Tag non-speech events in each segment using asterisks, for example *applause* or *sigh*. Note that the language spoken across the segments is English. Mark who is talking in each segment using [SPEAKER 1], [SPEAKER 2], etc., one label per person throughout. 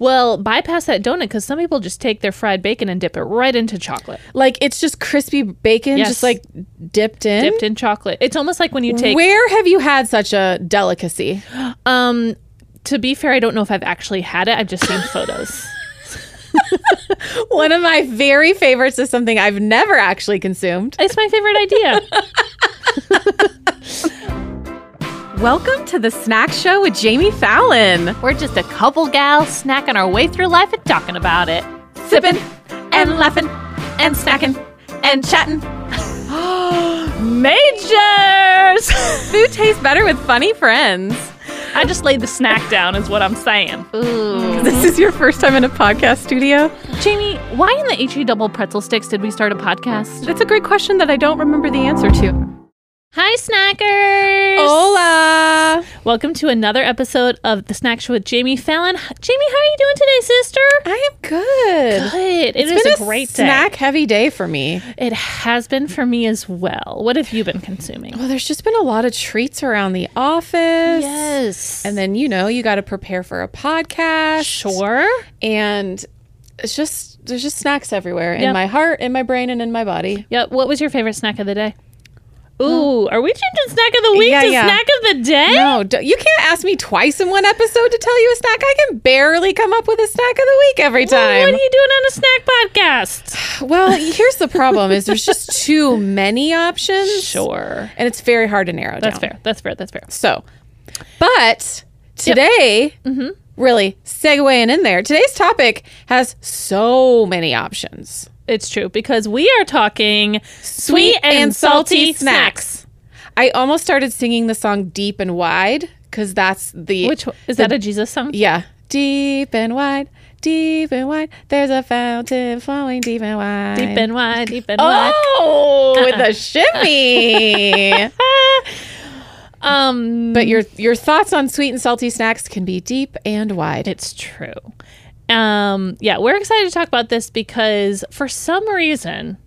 [SPEAKER 1] Well, bypass that donut because some people just take their fried bacon and dip it right into chocolate,
[SPEAKER 2] Like it's just crispy bacon,
[SPEAKER 1] Yes.
[SPEAKER 2] just like dipped in.
[SPEAKER 1] dipped in chocolate. It's almost like when you take.
[SPEAKER 2] Where have you had such a delicacy?
[SPEAKER 1] Um, to be fair, I don't know if I've actually had it. I've just seen *laughs* photos.
[SPEAKER 2] One of my very favorites is something I've never actually consumed.
[SPEAKER 1] It's my favorite idea.
[SPEAKER 2] Welcome to the Snack Show with Jamie Fallon.
[SPEAKER 1] We're just a couple gals snacking our way through life and talking about it.
[SPEAKER 2] Sipping and laughing and snacking and
[SPEAKER 1] *gasps*
[SPEAKER 2] chatting. Majors! Food tastes better with funny friends.
[SPEAKER 1] *laughs* I just laid the snack down, is what I'm saying.
[SPEAKER 2] *laughs* This is your first time in a podcast studio?
[SPEAKER 1] Jamie, why in the HE double pretzel sticks did we start a podcast?
[SPEAKER 2] That's a great question that I don't remember the answer to.
[SPEAKER 1] Hi, snackers.
[SPEAKER 2] Hola!
[SPEAKER 1] Welcome to another episode of the Snack Show with Jamie Fallon. Jamie, how are you doing today, sister?
[SPEAKER 2] I am good.
[SPEAKER 1] Good. It
[SPEAKER 2] It's
[SPEAKER 1] is
[SPEAKER 2] been
[SPEAKER 1] a great
[SPEAKER 2] snack heavy day for me.
[SPEAKER 1] day. It has been for me as well. What have you been consuming?
[SPEAKER 2] Well, there's just been a lot of treats around the office.
[SPEAKER 1] Yes.
[SPEAKER 2] And then, you know, you got to prepare for a podcast.
[SPEAKER 1] sure.
[SPEAKER 2] And it's just, there's just snacks everywhere in
[SPEAKER 1] Yep.
[SPEAKER 2] my heart, in my brain, and in my body.
[SPEAKER 1] Yeah. What was your favorite snack of the day? Ooh, are we changing snack of the week
[SPEAKER 2] Yeah,
[SPEAKER 1] to
[SPEAKER 2] yeah.
[SPEAKER 1] snack of the day?
[SPEAKER 2] No, d- you can't ask me twice in one episode to tell you a snack. I can barely come up with a snack of the week every
[SPEAKER 1] What are
[SPEAKER 2] time.
[SPEAKER 1] you doing on a snack podcast?
[SPEAKER 2] well, here's the problem is there's just
[SPEAKER 1] *laughs*
[SPEAKER 2] too many options.
[SPEAKER 1] Sure.
[SPEAKER 2] And it's very hard to narrow
[SPEAKER 1] That's
[SPEAKER 2] down.
[SPEAKER 1] fair. That's fair. That's fair.
[SPEAKER 2] So, but today,
[SPEAKER 1] Mm-hmm.
[SPEAKER 2] really segueing in there, today's topic has so many options.
[SPEAKER 1] It's true because we are talking sweet and, salty snacks.
[SPEAKER 2] I almost started singing the song Deep and Wide because that's the.
[SPEAKER 1] Which is that a Jesus song?
[SPEAKER 2] Yeah. Deep and wide, deep and wide. There's a fountain flowing deep and wide.
[SPEAKER 1] Deep and wide, deep and wide.
[SPEAKER 2] Oh, *laughs* with a
[SPEAKER 1] *laughs*
[SPEAKER 2] shimmy.
[SPEAKER 1] Um,
[SPEAKER 2] but your your thoughts on sweet and salty snacks can be deep and wide.
[SPEAKER 1] It's true. Um, yeah, we're excited to talk about this because for some reason,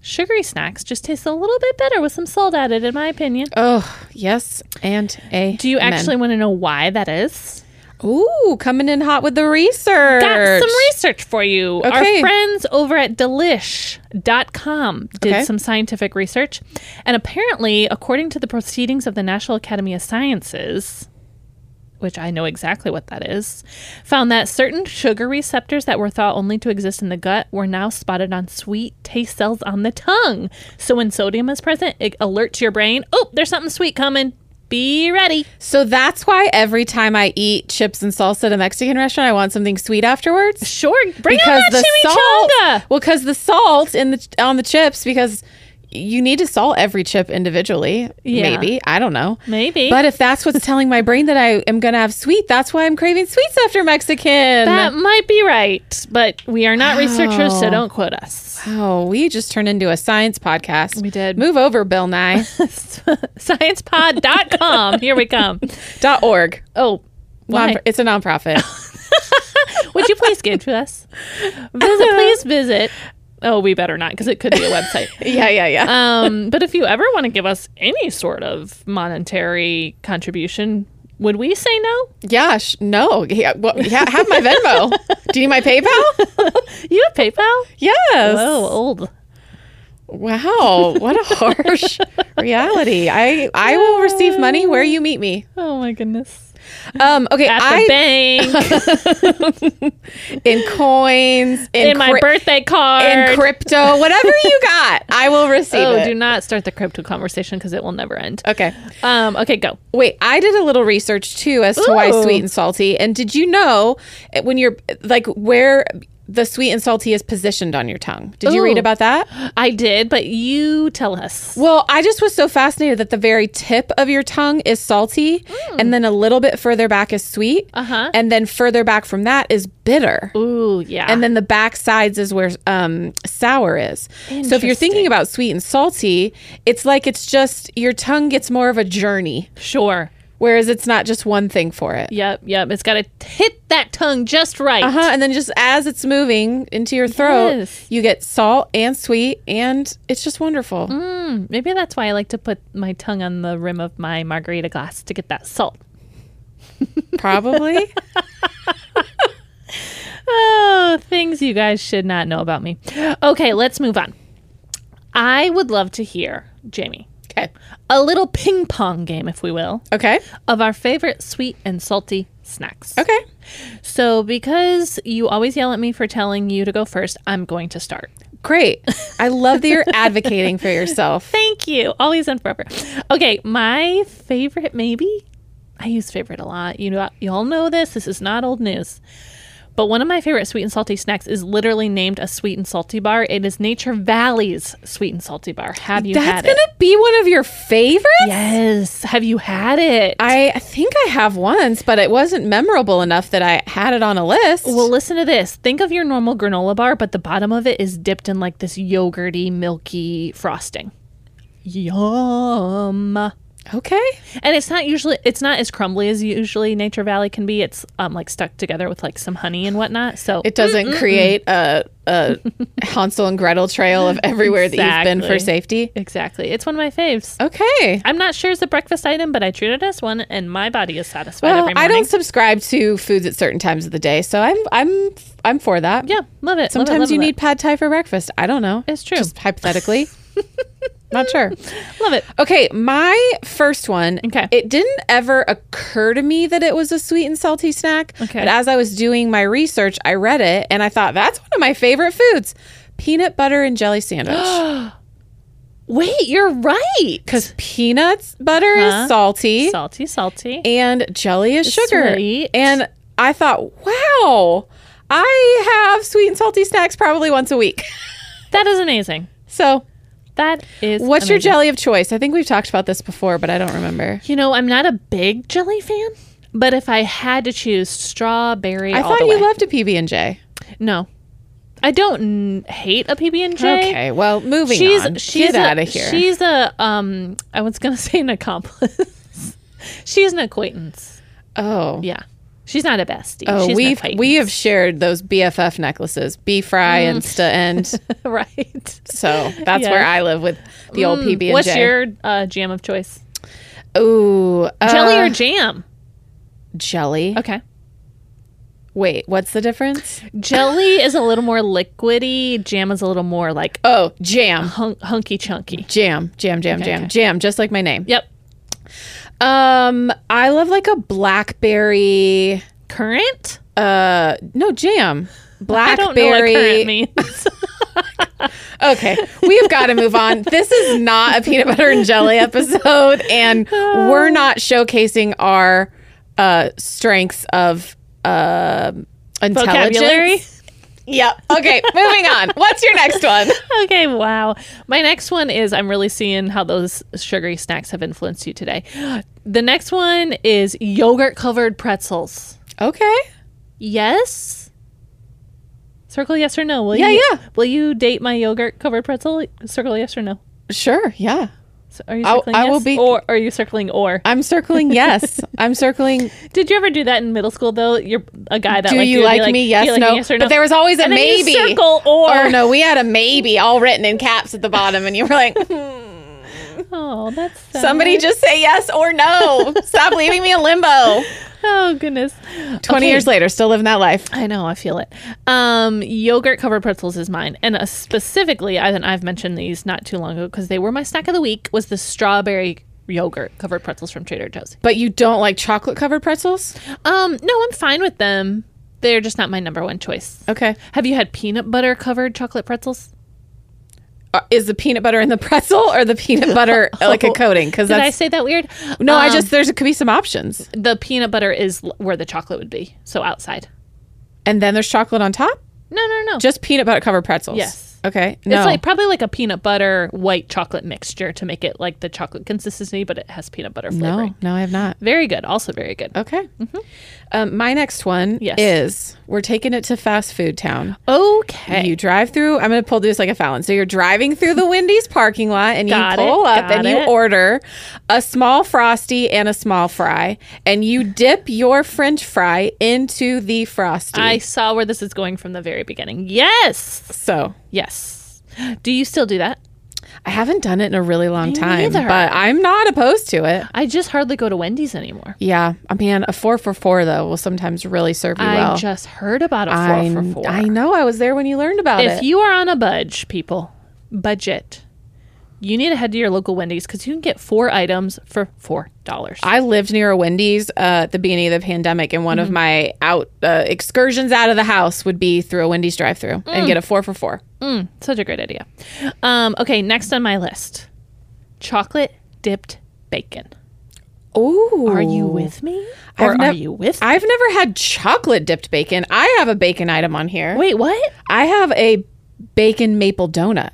[SPEAKER 1] sugary snacks just taste a little bit better with some salt added, in my opinion.
[SPEAKER 2] Oh, yes, and a.
[SPEAKER 1] Do you actually want to know why that is?
[SPEAKER 2] Ooh, coming in hot with the research.
[SPEAKER 1] Got some research for you.
[SPEAKER 2] Okay.
[SPEAKER 1] Our friends over at delish.com did
[SPEAKER 2] Okay.
[SPEAKER 1] some scientific research. And apparently, according to the proceedings of the National Academy of Sciences, which I know exactly what that is, found that certain sugar receptors that were thought only to exist in the gut were now spotted on sweet taste cells on the tongue. So when sodium is present, it alerts your brain, oh, there's something sweet coming. Be ready.
[SPEAKER 2] so that's why every time I eat chips and salsa at a Mexican restaurant, I want something sweet afterwards.
[SPEAKER 1] Sure, bring on that chimichanga.
[SPEAKER 2] salt. Well, because the salt in the on the chips because you need to salt every chip individually.
[SPEAKER 1] Yeah.
[SPEAKER 2] Maybe I don't know.
[SPEAKER 1] Maybe.
[SPEAKER 2] But if that's what's telling my brain that I am gonna have sweet, that's why I'm craving sweets after Mexican.
[SPEAKER 1] That might be right, but we are not researchers, so
[SPEAKER 2] Wow.
[SPEAKER 1] don't quote us. *laughs*
[SPEAKER 2] oh, we just turned into a science podcast.
[SPEAKER 1] We did.
[SPEAKER 2] Move over,
[SPEAKER 1] *laughs*
[SPEAKER 2] Bill Nye.
[SPEAKER 1] Sciencepod.com. Here we come.
[SPEAKER 2] dot org.
[SPEAKER 1] Oh, why?
[SPEAKER 2] Non- it's a nonprofit.
[SPEAKER 1] *laughs* Would you please give to us? Visit, please visit. Oh, we better not because it could be a website.
[SPEAKER 2] yeah, yeah, yeah.
[SPEAKER 1] Um, but if you ever want to give us any sort of monetary contribution, would we say no? *laughs*
[SPEAKER 2] Gosh, no. Yeah, well, yeah, have my Venmo. Do you need my
[SPEAKER 1] *laughs*
[SPEAKER 2] PayPal?
[SPEAKER 1] You have PayPal?
[SPEAKER 2] Yes.
[SPEAKER 1] Whoa, old.
[SPEAKER 2] Wow, what a
[SPEAKER 1] *laughs*
[SPEAKER 2] harsh reality. I I will receive money where you meet me.
[SPEAKER 1] Oh my goodness.
[SPEAKER 2] Um, okay,
[SPEAKER 1] At the
[SPEAKER 2] I
[SPEAKER 1] *laughs* bank,
[SPEAKER 2] in coins, in,
[SPEAKER 1] in my
[SPEAKER 2] cri-
[SPEAKER 1] birthday card.
[SPEAKER 2] in crypto, whatever you got, I will receive
[SPEAKER 1] Oh,
[SPEAKER 2] it.
[SPEAKER 1] do not start the crypto conversation because it will never end.
[SPEAKER 2] okay.
[SPEAKER 1] Um, okay, go.
[SPEAKER 2] Wait, I did a little research too as to why
[SPEAKER 1] Ooh.
[SPEAKER 2] sweet and salty. And did you know it- when you're eh, like where the sweet and salty is positioned on your tongue? Did you read
[SPEAKER 1] Ooh.
[SPEAKER 2] about that?
[SPEAKER 1] I did, but you tell us.
[SPEAKER 2] Well, I just was so fascinated that the very tip of your tongue is salty, and then a little bit further back is sweet,
[SPEAKER 1] Mm. Uh-huh.
[SPEAKER 2] and then further back from that is bitter.
[SPEAKER 1] Ooh, yeah.
[SPEAKER 2] And then the back sides is where um, sour is. So if you're thinking about sweet and salty, it's like it's just your tongue gets more of a journey,
[SPEAKER 1] sure.
[SPEAKER 2] whereas it's not just one thing for it.
[SPEAKER 1] Yep, yep. It's got to hit that tongue just right.
[SPEAKER 2] Uh huh. And then just as it's moving into your throat,
[SPEAKER 1] Yes.
[SPEAKER 2] you get salt and sweet, and it's just wonderful.
[SPEAKER 1] Mm, maybe that's why I like to put my tongue on the rim of my margarita glass to get that salt. *laughs*
[SPEAKER 2] Probably.
[SPEAKER 1] Oh, things you guys should not know about me. Okay, let's move on. I would love to hear, Jamie,
[SPEAKER 2] Okay.
[SPEAKER 1] a little ping pong game, if we will,
[SPEAKER 2] Okay.
[SPEAKER 1] of our favorite sweet and salty snacks.
[SPEAKER 2] Okay.
[SPEAKER 1] So, because you always yell at me for telling you to go first, I'm going to start.
[SPEAKER 2] Great. I love *laughs* that you're advocating for yourself.
[SPEAKER 1] Thank you. Always and forever. Okay, my favorite, maybe. I use favorite a lot. You know, you all know this. This is not old news. But one of my favorite sweet and salty snacks is literally named a sweet and salty bar. It is Nature Valley's sweet and salty bar. Have you
[SPEAKER 2] That's
[SPEAKER 1] had
[SPEAKER 2] going
[SPEAKER 1] it?
[SPEAKER 2] to be one of your favorites?
[SPEAKER 1] Yes. Have you had it?
[SPEAKER 2] I think I have once, but it wasn't memorable enough that I had it on a list.
[SPEAKER 1] Well, listen to this. Think of your normal granola bar, but the bottom of it is dipped in like this yogurty, milky frosting. Yum. And
[SPEAKER 2] okay.
[SPEAKER 1] it's not usually it's not as crumbly as usually Nature Valley can be. It's um like stuck together with like some honey and whatnot. So
[SPEAKER 2] It doesn't create a, *laughs* a Hansel and Gretel trail of everywhere that you've been for
[SPEAKER 1] Exactly.
[SPEAKER 2] safety.
[SPEAKER 1] exactly. It's one of my faves.
[SPEAKER 2] Okay.
[SPEAKER 1] I'm not sure it's a breakfast item, but I treat it as one and my body is satisfied
[SPEAKER 2] Well,
[SPEAKER 1] every
[SPEAKER 2] I
[SPEAKER 1] morning.
[SPEAKER 2] don't subscribe to foods at certain times of the day, so I'm I'm I'm for that.
[SPEAKER 1] yeah, love it. love it,
[SPEAKER 2] Sometimes
[SPEAKER 1] love it,
[SPEAKER 2] you
[SPEAKER 1] love
[SPEAKER 2] need pad thai for breakfast. I don't know.
[SPEAKER 1] It's true.
[SPEAKER 2] Just *laughs* hypothetically. Not sure.
[SPEAKER 1] it. love it.
[SPEAKER 2] Okay, my first one.
[SPEAKER 1] Okay.
[SPEAKER 2] It didn't ever occur to me that it was a sweet and salty snack.
[SPEAKER 1] Okay.
[SPEAKER 2] But as I was doing my research, I read it and I thought that's one of my favorite foods. Peanut butter and
[SPEAKER 1] *gasps*
[SPEAKER 2] jelly sandwich.
[SPEAKER 1] Wait, you're right.
[SPEAKER 2] Because peanuts butter
[SPEAKER 1] Huh?
[SPEAKER 2] is salty
[SPEAKER 1] Salty, salty.
[SPEAKER 2] and jelly is sugar.
[SPEAKER 1] sweet.
[SPEAKER 2] And I thought, wow, I have sweet and salty snacks probably once a week. *laughs*
[SPEAKER 1] That is amazing.
[SPEAKER 2] So
[SPEAKER 1] That is
[SPEAKER 2] What's your
[SPEAKER 1] amazing.
[SPEAKER 2] jelly of choice? I think we've talked about this before, but I don't remember.
[SPEAKER 1] You know, I'm not a big jelly fan, but if I had to choose strawberry,
[SPEAKER 2] I
[SPEAKER 1] all
[SPEAKER 2] thought
[SPEAKER 1] the
[SPEAKER 2] you
[SPEAKER 1] way.
[SPEAKER 2] loved a PB and J.
[SPEAKER 1] no. I don't n- hate a PB and J.
[SPEAKER 2] Okay, well, moving
[SPEAKER 1] she's
[SPEAKER 2] on.
[SPEAKER 1] she's
[SPEAKER 2] Get
[SPEAKER 1] a-
[SPEAKER 2] out of here.
[SPEAKER 1] She's a um. I was gonna *laughs* say an accomplice. she's an acquaintance.
[SPEAKER 2] oh,
[SPEAKER 1] Yeah, she's not a bestie.
[SPEAKER 2] oh,
[SPEAKER 1] she's
[SPEAKER 2] we've
[SPEAKER 1] an
[SPEAKER 2] we have shared those BFF necklaces, B Fry and Sta End.
[SPEAKER 1] *laughs* acquaintance. *laughs* right.
[SPEAKER 2] So
[SPEAKER 1] Mm.
[SPEAKER 2] that's
[SPEAKER 1] Yeah. Mm,
[SPEAKER 2] where I live with the old PB and J.
[SPEAKER 1] What's your uh, jam of choice?
[SPEAKER 2] ooh uh,
[SPEAKER 1] Jelly or jam?
[SPEAKER 2] jelly?
[SPEAKER 1] Okay.
[SPEAKER 2] Wait, what's the difference?
[SPEAKER 1] Jelly is a little more liquidy. Jam is a little more like
[SPEAKER 2] Oh, jam,
[SPEAKER 1] hun- hunky chunky.
[SPEAKER 2] jam, jam, jam, jam,
[SPEAKER 1] okay.
[SPEAKER 2] jam. Just like my name.
[SPEAKER 1] Yep.
[SPEAKER 2] Um, I love like a blackberry.
[SPEAKER 1] Current?
[SPEAKER 2] Uh, no jam. Blackberry.
[SPEAKER 1] I don't know what current means. *laughs*
[SPEAKER 2] Okay, we've got to move on. This is not a peanut butter and jelly episode, and *sighs* we're not showcasing our uh, strengths of uh, intelligence.
[SPEAKER 1] Vocabulary?
[SPEAKER 2] Yep. Okay, moving on. What's your next one?
[SPEAKER 1] okay, wow. My next one is I'm really seeing how those sugary snacks have influenced you today. *gasps* The next one is yogurt covered pretzels.
[SPEAKER 2] Okay.
[SPEAKER 1] Yes? Circle yes or no. Will
[SPEAKER 2] Yeah,
[SPEAKER 1] you,
[SPEAKER 2] yeah.
[SPEAKER 1] Will you date my yogurt covered pretzel? Circle yes or no.
[SPEAKER 2] Sure. Yeah.
[SPEAKER 1] So are you
[SPEAKER 2] I'll-
[SPEAKER 1] circling
[SPEAKER 2] I
[SPEAKER 1] yes
[SPEAKER 2] will be-
[SPEAKER 1] or are you circling or?
[SPEAKER 2] I'm circling yes. I'm *laughs* circling.
[SPEAKER 1] Did you ever do that in middle school though? You're a guy that
[SPEAKER 2] Do
[SPEAKER 1] like
[SPEAKER 2] you
[SPEAKER 1] would be
[SPEAKER 2] like, me?
[SPEAKER 1] do
[SPEAKER 2] Yes.
[SPEAKER 1] you like
[SPEAKER 2] no.
[SPEAKER 1] me, yes or no.
[SPEAKER 2] But there was always a
[SPEAKER 1] and then you
[SPEAKER 2] maybe.
[SPEAKER 1] circle or.
[SPEAKER 2] Oh no, we had a maybe all written in caps at the bottom, and you were like, *laughs*
[SPEAKER 1] Oh, that's sad.
[SPEAKER 2] "Somebody just say yes or no. Stop leaving me in limbo."
[SPEAKER 1] *laughs* Oh goodness.
[SPEAKER 2] 20
[SPEAKER 1] Okay.
[SPEAKER 2] years later, still living that life.
[SPEAKER 1] I know, I feel it. Um, yogurt covered pretzels is mine, and uh, specifically, I, and I've mentioned these not too long ago because they were my snack of the week. Was the strawberry yogurt covered pretzels from Trader Joe's?
[SPEAKER 2] But you don't like chocolate covered pretzels?
[SPEAKER 1] Um, no, I'm fine with them. They're just not my number one choice.
[SPEAKER 2] Okay.
[SPEAKER 1] Have you had peanut butter covered chocolate pretzels?
[SPEAKER 2] Uh, Is the peanut butter in the *laughs* pretzel or the peanut butter uh, like a coating? Because
[SPEAKER 1] Did I
[SPEAKER 2] that's
[SPEAKER 1] say that weird?
[SPEAKER 2] no, I
[SPEAKER 1] Um,
[SPEAKER 2] just there's could be some options,
[SPEAKER 1] the peanut butter is l- where the chocolate would be, so outside.
[SPEAKER 2] and then there's chocolate on top.
[SPEAKER 1] No, no, no.
[SPEAKER 2] Just peanut butter covered pretzels.
[SPEAKER 1] Yes.
[SPEAKER 2] Okay. No.
[SPEAKER 1] It's like probably like a peanut butter white chocolate mixture to make it like the chocolate consistency, but it has peanut butter flavoring.
[SPEAKER 2] no. No, I have not.
[SPEAKER 1] Very good. Also very good.
[SPEAKER 2] Okay. Um, my next one
[SPEAKER 1] Yes.
[SPEAKER 2] is we're taking it to fast food town.
[SPEAKER 1] Okay.
[SPEAKER 2] You drive through. I'm going to pull this like a Fallon. So you're driving through the Wendy's parking lot, and
[SPEAKER 1] Got it,
[SPEAKER 2] you pull up
[SPEAKER 1] got
[SPEAKER 2] and you
[SPEAKER 1] it.
[SPEAKER 2] order a small frosty and a small fry, and you dip your French fry into the frosty.
[SPEAKER 1] I saw where this is going from the very beginning. Yes.
[SPEAKER 2] so
[SPEAKER 1] Yes. Do you still do that?
[SPEAKER 2] I haven't done it in a really long time,
[SPEAKER 1] neither.
[SPEAKER 2] but I'm not opposed to it.
[SPEAKER 1] I just hardly go to Wendy's anymore.
[SPEAKER 2] Yeah, I mean, a four for four though will sometimes really serve you well.
[SPEAKER 1] I just heard about a four
[SPEAKER 2] I,
[SPEAKER 1] for four.
[SPEAKER 2] I know. I was there when you learned about
[SPEAKER 1] if
[SPEAKER 2] it.
[SPEAKER 1] you are on a budge, people, budget, you need to head to your local Wendy's because you can get four items for four dollars.
[SPEAKER 2] I lived near a Wendy's uh, at the beginning of the pandemic, and
[SPEAKER 1] Mm-hmm.
[SPEAKER 2] one of my out uh, excursions out of the house would be through a Wendy's drive-through and get a four for four.
[SPEAKER 1] Mm, such a great idea. Um, okay, next on my list, chocolate dipped bacon.
[SPEAKER 2] Ooh,
[SPEAKER 1] Are you with me? Or
[SPEAKER 2] I've
[SPEAKER 1] are
[SPEAKER 2] nev-
[SPEAKER 1] you with?
[SPEAKER 2] I've never had chocolate dipped bacon. I have a bacon item on here.
[SPEAKER 1] Wait, what?
[SPEAKER 2] I have a bacon maple donut.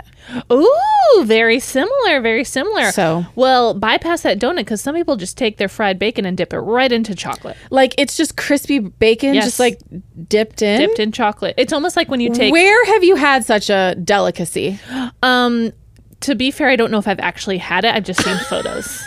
[SPEAKER 1] Ooh, very similar, very similar.
[SPEAKER 2] So-
[SPEAKER 1] well, bypass that donut because some people just take their fried bacon and dip it right into chocolate,
[SPEAKER 2] Like it's just crispy bacon,
[SPEAKER 1] Yes.
[SPEAKER 2] just like dipped in.
[SPEAKER 1] dipped in chocolate. It's almost like when you take.
[SPEAKER 2] Where have you had such a delicacy?
[SPEAKER 1] Um, to be fair, I don't know if I've actually had it. I've just seen photos.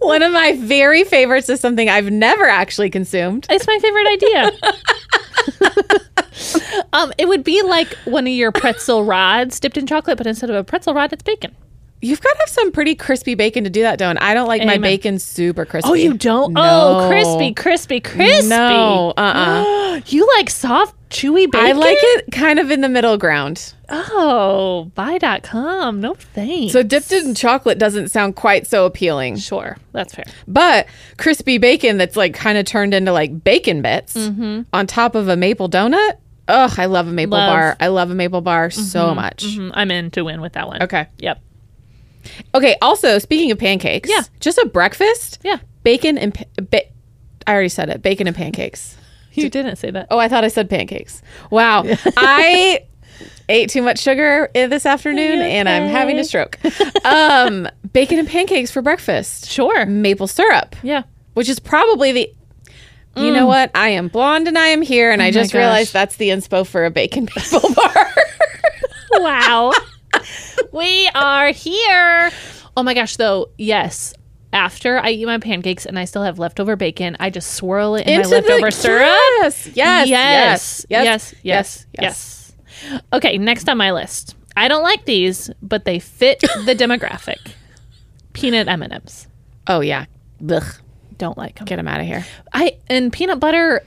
[SPEAKER 2] One of my very favorites is something I've never actually consumed.
[SPEAKER 1] It's my favorite idea. *laughs* um, it would be like one of your pretzel rods dipped in chocolate, but instead of a pretzel rod, it's bacon.
[SPEAKER 2] You've got to have some pretty crispy bacon to do that, don't? I don't like my
[SPEAKER 1] Amen.
[SPEAKER 2] bacon super crispy.
[SPEAKER 1] Oh, you don't? Oh,
[SPEAKER 2] No.
[SPEAKER 1] crispy, crispy, crispy.
[SPEAKER 2] No, uh-uh.
[SPEAKER 1] you like soft, chewy bacon?
[SPEAKER 2] I like it kind of in the middle ground.
[SPEAKER 1] Oh, buy.com. No thanks.
[SPEAKER 2] So dipped in chocolate doesn't sound quite so appealing.
[SPEAKER 1] sure, that's fair.
[SPEAKER 2] But crispy bacon that's like kind of turned into like bacon bits on top of a maple donut. Ugh, I love a maple
[SPEAKER 1] Mm-hmm. Love.
[SPEAKER 2] bar. I love a maple bar so much.
[SPEAKER 1] Mm, I'm in to win with that one.
[SPEAKER 2] Okay.
[SPEAKER 1] Yep.
[SPEAKER 2] Okay. Also, speaking of pancakes,
[SPEAKER 1] Yeah.
[SPEAKER 2] just a breakfast.
[SPEAKER 1] Yeah.
[SPEAKER 2] bacon and pa- ba- I already said it. Bacon and pancakes.
[SPEAKER 1] You didn't say that.
[SPEAKER 2] Oh, I thought I said pancakes.
[SPEAKER 1] *laughs*
[SPEAKER 2] Wow, I ate too much sugar i- this afternoon,
[SPEAKER 1] you
[SPEAKER 2] and I'm having a
[SPEAKER 1] okay? *laughs*
[SPEAKER 2] stroke. um, bacon and pancakes for breakfast.
[SPEAKER 1] Sure.
[SPEAKER 2] Maple syrup,
[SPEAKER 1] Yeah.
[SPEAKER 2] which is probably the. You know what? I am blonde and I am here, and I just
[SPEAKER 1] Mm. Oh gosh.
[SPEAKER 2] realized that's the inspo for a bacon *laughs* maple bar.
[SPEAKER 1] wow. we are here. Oh my gosh, though, yes. After I eat my pancakes and I still have leftover bacon, I just swirl it in *laughs* my leftover syrup.
[SPEAKER 2] Yes, yes,
[SPEAKER 1] Yes. Yes. Yes. Yes.
[SPEAKER 2] yes.
[SPEAKER 1] Yes. Okay, next on my list. I don't like these, but they fit the demographic. Peanut M&Ms.
[SPEAKER 2] Oh yeah. Ugh.
[SPEAKER 1] Don't like them.
[SPEAKER 2] Get them out of here.
[SPEAKER 1] I and peanut butter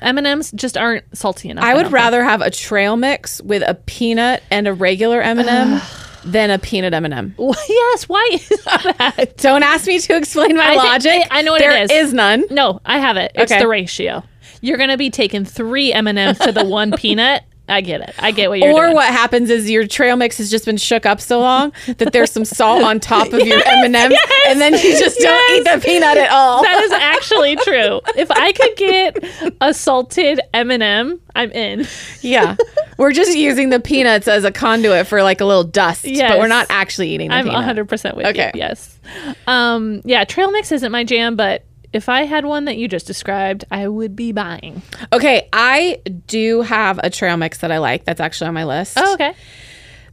[SPEAKER 1] M&Ms just aren't salty enough.
[SPEAKER 2] I would
[SPEAKER 1] don't
[SPEAKER 2] rather have a trail mix with a peanut and a regular M&M than a peanut M&M.
[SPEAKER 1] think. *laughs* yes, why is that?
[SPEAKER 2] Don't ask me to explain my
[SPEAKER 1] I think-
[SPEAKER 2] logic.
[SPEAKER 1] I- I know what it
[SPEAKER 2] There
[SPEAKER 1] is.
[SPEAKER 2] is none.
[SPEAKER 1] No, I have it. It's
[SPEAKER 2] Okay.
[SPEAKER 1] the ratio. You're going to be taking 3 M&Ms to the
[SPEAKER 2] *laughs*
[SPEAKER 1] one peanut. I get it. I get what you're
[SPEAKER 2] or
[SPEAKER 1] doing.
[SPEAKER 2] what happens is your trail mix has just been shook up so long that there's some salt on top
[SPEAKER 1] *laughs*
[SPEAKER 2] of your M&M and then you just don't eat the peanut at all.
[SPEAKER 1] That is actually true. If I could get a salted M&M, I'm in.
[SPEAKER 2] yeah. We're just using the peanuts as a conduit for like a little dust,
[SPEAKER 1] Yes.
[SPEAKER 2] but we're not actually eating the
[SPEAKER 1] I'm
[SPEAKER 2] peanut.
[SPEAKER 1] 100% with
[SPEAKER 2] Okay.
[SPEAKER 1] you. Yes. Um, yeah, trail mix isn't my jam, but if I had one that you just described, I would be buying.
[SPEAKER 2] Okay, I do have a trail mix that I like. That's actually on my list.
[SPEAKER 1] okay.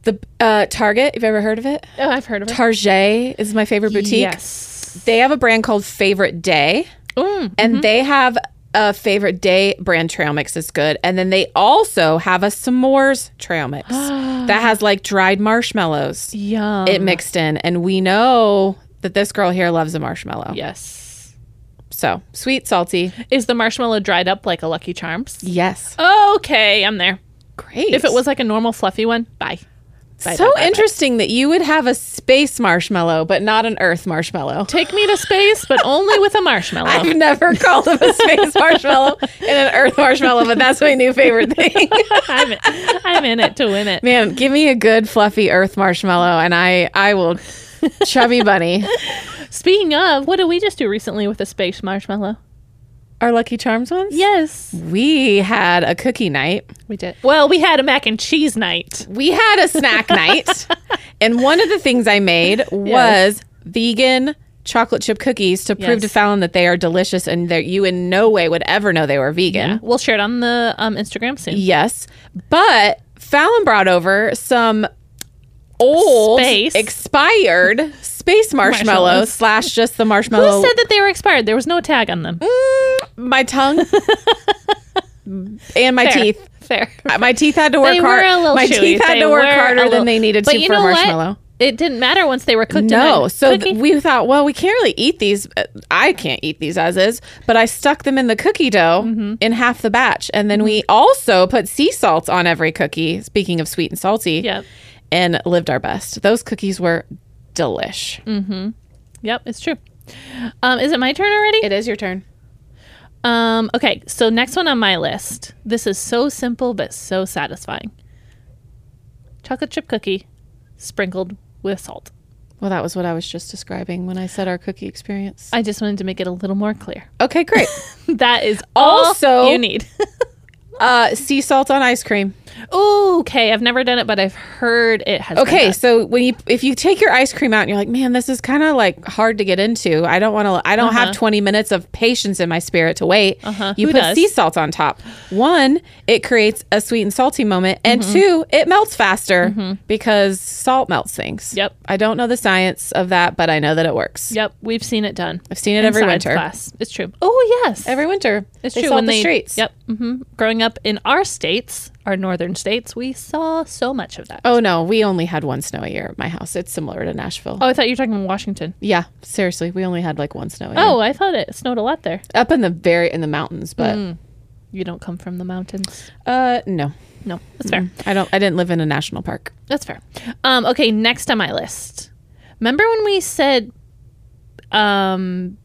[SPEAKER 2] The uh, Target, have you ever heard of it?
[SPEAKER 1] Oh, I've heard of it.
[SPEAKER 2] Target is my favorite boutique.
[SPEAKER 1] Yes.
[SPEAKER 2] They have a brand called Favorite Day,
[SPEAKER 1] Mm.
[SPEAKER 2] and they have a Favorite Day brand trail mix that's good. And then they also have a s'mores trail mix
[SPEAKER 1] *gasps*
[SPEAKER 2] that has like dried marshmallows
[SPEAKER 1] Yum.
[SPEAKER 2] it mixed in. And we know that this girl here loves a marshmallow.
[SPEAKER 1] yes.
[SPEAKER 2] So sweet, salty.
[SPEAKER 1] Is the marshmallow dried up like a Lucky Charms?
[SPEAKER 2] Yes.
[SPEAKER 1] Okay, I'm there.
[SPEAKER 2] Great.
[SPEAKER 1] If it was like a normal fluffy one, bye. Bye,
[SPEAKER 2] so
[SPEAKER 1] bye, bye, bye.
[SPEAKER 2] interesting that you would have a space marshmallow, but not an earth marshmallow.
[SPEAKER 1] Take me to space, but only with a
[SPEAKER 2] *laughs*
[SPEAKER 1] marshmallow.
[SPEAKER 2] I've never called them a space marshmallow and an earth marshmallow, but that's my new favorite *laughs* thing.
[SPEAKER 1] *laughs* I'm, I'm in it to win it.
[SPEAKER 2] Man, give me a good fluffy earth marshmallow and I I will chubby bunny.
[SPEAKER 1] Speaking of, what did we just do recently with a space marshmallow?
[SPEAKER 2] Our Lucky Charms ones?
[SPEAKER 1] Yes.
[SPEAKER 2] We had a cookie night.
[SPEAKER 1] We did. Well, we had a mac and cheese night.
[SPEAKER 2] We had a *laughs* snack night. And one of the things I made was vegan chocolate chip cookies to prove
[SPEAKER 1] Yes.
[SPEAKER 2] to Fallon that they are delicious and that you in no way would ever know they were vegan.
[SPEAKER 1] Mm-hmm. We'll share it on the um, Instagram soon.
[SPEAKER 2] Yes, but Fallon brought over some old
[SPEAKER 1] Space.
[SPEAKER 2] expired space marshmallow
[SPEAKER 1] *laughs* Marshmallows.
[SPEAKER 2] slash just the
[SPEAKER 1] Who
[SPEAKER 2] marshmallow.
[SPEAKER 1] said that they were expired? There was no tag on them. *laughs*
[SPEAKER 2] Mm, my tongue and my
[SPEAKER 1] Fair.
[SPEAKER 2] teeth.
[SPEAKER 1] fair.
[SPEAKER 2] My teeth had to work
[SPEAKER 1] They
[SPEAKER 2] hard.
[SPEAKER 1] were a little
[SPEAKER 2] my
[SPEAKER 1] chewy.
[SPEAKER 2] teeth had
[SPEAKER 1] They
[SPEAKER 2] to work
[SPEAKER 1] were a
[SPEAKER 2] harder
[SPEAKER 1] little-
[SPEAKER 2] than they needed
[SPEAKER 1] but
[SPEAKER 2] to
[SPEAKER 1] you
[SPEAKER 2] for a
[SPEAKER 1] know what?
[SPEAKER 2] marshmallow.
[SPEAKER 1] It didn't matter once they were cooked. in
[SPEAKER 2] No,
[SPEAKER 1] a
[SPEAKER 2] so th-
[SPEAKER 1] cookie.
[SPEAKER 2] we thought, well, we can't really eat these. Uh, I can't eat these as is, but I stuck them in the cookie dough
[SPEAKER 1] Mm-hmm.
[SPEAKER 2] in half the batch, and then we also put sea salt on every cookie. Speaking of sweet and salty,
[SPEAKER 1] Yep.
[SPEAKER 2] and lived our best. Those cookies were delish.
[SPEAKER 1] Yep, it's true. Um, is it my turn already?
[SPEAKER 2] is your turn.
[SPEAKER 1] Um, okay, so next one on my list. This is so simple but so satisfying. Chocolate chip cookie sprinkled with salt.
[SPEAKER 2] Well, that was what I was just describing when I said our cookie experience.
[SPEAKER 1] I just wanted to make it a little more clear. *laughs*
[SPEAKER 2] Okay, great.
[SPEAKER 1] That is all
[SPEAKER 2] Also-
[SPEAKER 1] you need.
[SPEAKER 2] *laughs*
[SPEAKER 1] *laughs*
[SPEAKER 2] uh, sea salt on ice cream.
[SPEAKER 1] Ooh, okay, I've never done it, but I've heard it has. been
[SPEAKER 2] Okay,
[SPEAKER 1] done.
[SPEAKER 2] so when you if you take your ice cream out and you're like, man, this is kind of like hard to get into. I don't want to. I don't have 20 minutes of patience in my spirit to wait.
[SPEAKER 1] Uh-huh.
[SPEAKER 2] You
[SPEAKER 1] Who
[SPEAKER 2] put
[SPEAKER 1] does?
[SPEAKER 2] sea salt on top. One, it creates a sweet and salty moment, and two, it melts faster because salt melts things.
[SPEAKER 1] Yep.
[SPEAKER 2] I don't know the science of that, but I know that it works.
[SPEAKER 1] Yep, we've seen it done.
[SPEAKER 2] I've seen it
[SPEAKER 1] in
[SPEAKER 2] every
[SPEAKER 1] science
[SPEAKER 2] winter.
[SPEAKER 1] Class. It's true. Oh yes,
[SPEAKER 2] Every winter,
[SPEAKER 1] it's
[SPEAKER 2] they
[SPEAKER 1] true.
[SPEAKER 2] salt
[SPEAKER 1] when
[SPEAKER 2] the
[SPEAKER 1] they
[SPEAKER 2] streets.
[SPEAKER 1] Yep. hmm Growing up in our states, our northern states, we saw so much of that.
[SPEAKER 2] Oh no, we only had one snow a year at my house. It's similar to Nashville.
[SPEAKER 1] Oh, I thought you were talking Washington.
[SPEAKER 2] Yeah, seriously, we only had like one snow a year.
[SPEAKER 1] Oh, I thought it snowed a lot there.
[SPEAKER 2] up in the very in the mountains, but
[SPEAKER 1] You don't come from the mountains.
[SPEAKER 2] uh no.
[SPEAKER 1] No, that's fair.
[SPEAKER 2] I don't. I didn't live in a national park.
[SPEAKER 1] That's fair. Um, okay, next on my list. Remember when we said um,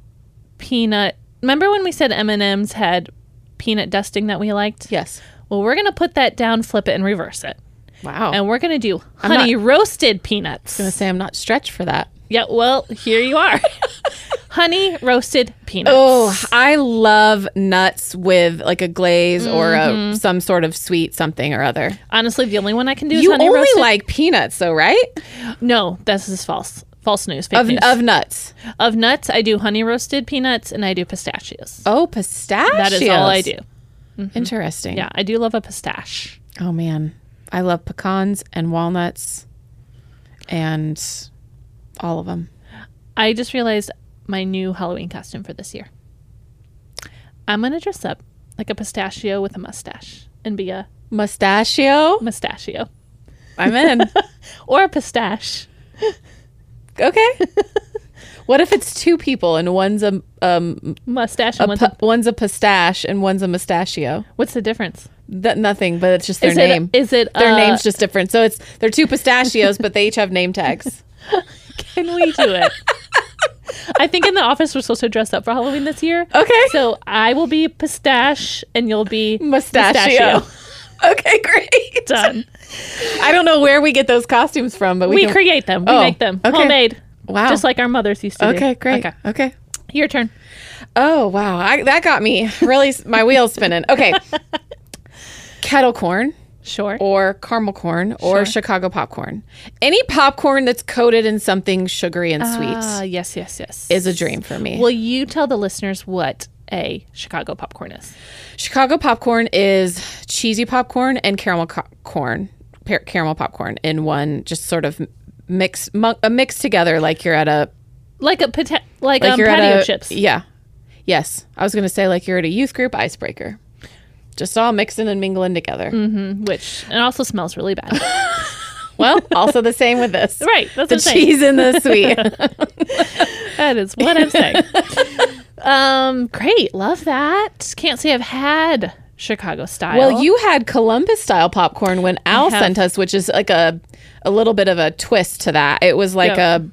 [SPEAKER 1] peanut? Remember when we said M and M's had peanut dusting that we liked?
[SPEAKER 2] Yes.
[SPEAKER 1] Well, we're gonna put that down, flip it, and reverse it,
[SPEAKER 2] Wow. I was
[SPEAKER 1] and we're gonna do honey roasted peanuts.
[SPEAKER 2] gonna say I'm not stretched for that.
[SPEAKER 1] Yeah. Well, here you
[SPEAKER 2] *laughs*
[SPEAKER 1] are. honey roasted peanuts.
[SPEAKER 2] Oh, I love nuts with like a glaze or a, some sort of sweet something or other.
[SPEAKER 1] Honestly, the only one I can do is
[SPEAKER 2] You
[SPEAKER 1] honey
[SPEAKER 2] only
[SPEAKER 1] roasted.
[SPEAKER 2] like peanuts, though, right?
[SPEAKER 1] no, this is false. False news. Fake
[SPEAKER 2] Of,
[SPEAKER 1] news.
[SPEAKER 2] of nuts.
[SPEAKER 1] Of nuts, I do honey roasted peanuts and I do pistachios.
[SPEAKER 2] Oh, pistachios.
[SPEAKER 1] That is all I do.
[SPEAKER 2] Mm-hmm. Interesting.
[SPEAKER 1] Yeah, I do love a pistache.
[SPEAKER 2] Oh man, I love pecans and walnuts, and all of them.
[SPEAKER 1] I just realized my new Halloween costume for this year. I'm going to dress up like a pistachio with a mustache and be a
[SPEAKER 2] Mustachio.
[SPEAKER 1] mustachio *laughs*
[SPEAKER 2] I'm in.
[SPEAKER 1] or a pistache.
[SPEAKER 2] okay. What if it's two people and one's a um,
[SPEAKER 1] Mustache and what's,
[SPEAKER 2] Pu- one's a pistache and one's a mustachio.
[SPEAKER 1] what's the difference?
[SPEAKER 2] Th- nothing, but it's just their
[SPEAKER 1] is
[SPEAKER 2] name.
[SPEAKER 1] it is it
[SPEAKER 2] their
[SPEAKER 1] uh,
[SPEAKER 2] name's just different. So it's they're two pistachios, but they each have name
[SPEAKER 1] *laughs*
[SPEAKER 2] tags.
[SPEAKER 1] Can we do it? *laughs* I think in the office we're supposed to dress up for Halloween this year.
[SPEAKER 2] Okay.
[SPEAKER 1] So I will be pistache and you'll
[SPEAKER 2] *laughs*
[SPEAKER 1] be
[SPEAKER 2] Mustachio.
[SPEAKER 1] mustachio.
[SPEAKER 2] *laughs* okay, great.
[SPEAKER 1] Done.
[SPEAKER 2] I don't know where we get those costumes from, but we,
[SPEAKER 1] We
[SPEAKER 2] can-
[SPEAKER 1] create them. We
[SPEAKER 2] Oh,
[SPEAKER 1] make them
[SPEAKER 2] okay.
[SPEAKER 1] homemade,
[SPEAKER 2] wow.
[SPEAKER 1] just like our mothers used to. do.
[SPEAKER 2] okay, great. Okay.
[SPEAKER 1] your turn.
[SPEAKER 2] Oh wow, I, that got me really s- my wheels spinning.
[SPEAKER 1] *laughs*
[SPEAKER 2] Okay, kettle corn.
[SPEAKER 1] Sure.
[SPEAKER 2] or caramel corn or
[SPEAKER 1] Sure.
[SPEAKER 2] Chicago popcorn. Any popcorn that's coated in something sugary and sweet
[SPEAKER 1] Ah, yes, yes, yes.
[SPEAKER 2] is a dream for me.
[SPEAKER 1] Will you tell the listeners what a Chicago popcorn is?
[SPEAKER 2] Chicago popcorn is cheesy popcorn and caramel co- corn, par- caramel popcorn in one, just sort of mix mu- a mix together like you're at a
[SPEAKER 1] Like a pota- like,
[SPEAKER 2] like
[SPEAKER 1] um,
[SPEAKER 2] you're
[SPEAKER 1] patio
[SPEAKER 2] at a,
[SPEAKER 1] chips.
[SPEAKER 2] Yeah, yes, I was gonna say like you're at a youth group icebreaker. Just all mixing and mingling together.
[SPEAKER 1] Which and also smells really
[SPEAKER 2] *laughs*
[SPEAKER 1] bad. Oh,
[SPEAKER 2] Well, also the same with *laughs* this.
[SPEAKER 1] right. That's
[SPEAKER 2] The
[SPEAKER 1] what I'm saying.
[SPEAKER 2] cheese and the sweet.
[SPEAKER 1] That is what I'm saying. um, great. Love that. Can't say I've had Chicago style.
[SPEAKER 2] *laughs* Well, you had Columbus style popcorn when Al
[SPEAKER 1] have.
[SPEAKER 2] sent us, which is like a a little bit of a twist to that. It was like
[SPEAKER 1] Yeah. Mm-hmm.
[SPEAKER 2] a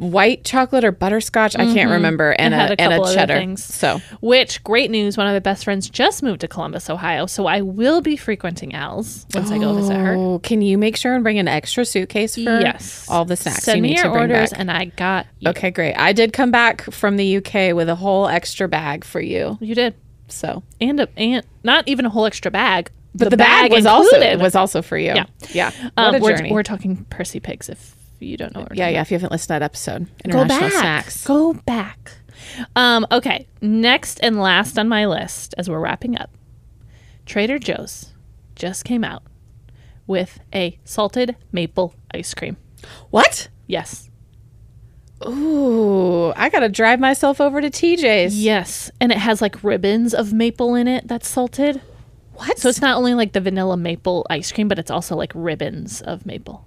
[SPEAKER 2] white chocolate or butterscotch, I can't remember, and
[SPEAKER 1] had
[SPEAKER 2] a,
[SPEAKER 1] a
[SPEAKER 2] and
[SPEAKER 1] couple
[SPEAKER 2] a
[SPEAKER 1] other
[SPEAKER 2] cheddar.
[SPEAKER 1] things.
[SPEAKER 2] So
[SPEAKER 1] Which great news! One of my best friends just moved to Columbus, Ohio, so I will be frequenting Al's once I go visit her.
[SPEAKER 2] Oh, can you make sure and bring an extra suitcase for
[SPEAKER 1] Yes,
[SPEAKER 2] Oh, all the snacks
[SPEAKER 1] Send
[SPEAKER 2] you
[SPEAKER 1] me
[SPEAKER 2] need
[SPEAKER 1] your
[SPEAKER 2] to bring
[SPEAKER 1] orders,
[SPEAKER 2] back?
[SPEAKER 1] and I got you.
[SPEAKER 2] Okay, great. I did come back from the UK with a whole extra bag for you.
[SPEAKER 1] You did,
[SPEAKER 2] So,
[SPEAKER 1] and a and not even a whole extra bag,
[SPEAKER 2] but the, bag, was
[SPEAKER 1] included.
[SPEAKER 2] also was also for you.
[SPEAKER 1] Yeah.
[SPEAKER 2] yeah.
[SPEAKER 1] Um,
[SPEAKER 2] What a
[SPEAKER 1] we're,
[SPEAKER 2] journey.
[SPEAKER 1] we're talking Percy Pigs. If you don't know, what we're
[SPEAKER 2] yeah,
[SPEAKER 1] talking
[SPEAKER 2] yeah. If you haven't listened to that episode,
[SPEAKER 1] go
[SPEAKER 2] international
[SPEAKER 1] back.
[SPEAKER 2] snacks.
[SPEAKER 1] Go back. Um, okay, next and last on my list as we're wrapping up, Trader Joe's just came out with a salted maple ice cream.
[SPEAKER 2] What?
[SPEAKER 1] Yes,
[SPEAKER 2] Ooh, I gotta drive myself over to TJ's.
[SPEAKER 1] yes, and it has like ribbons of maple in it that's salted.
[SPEAKER 2] What?
[SPEAKER 1] So it's not only like the vanilla maple ice cream, but it's also like ribbons of maple.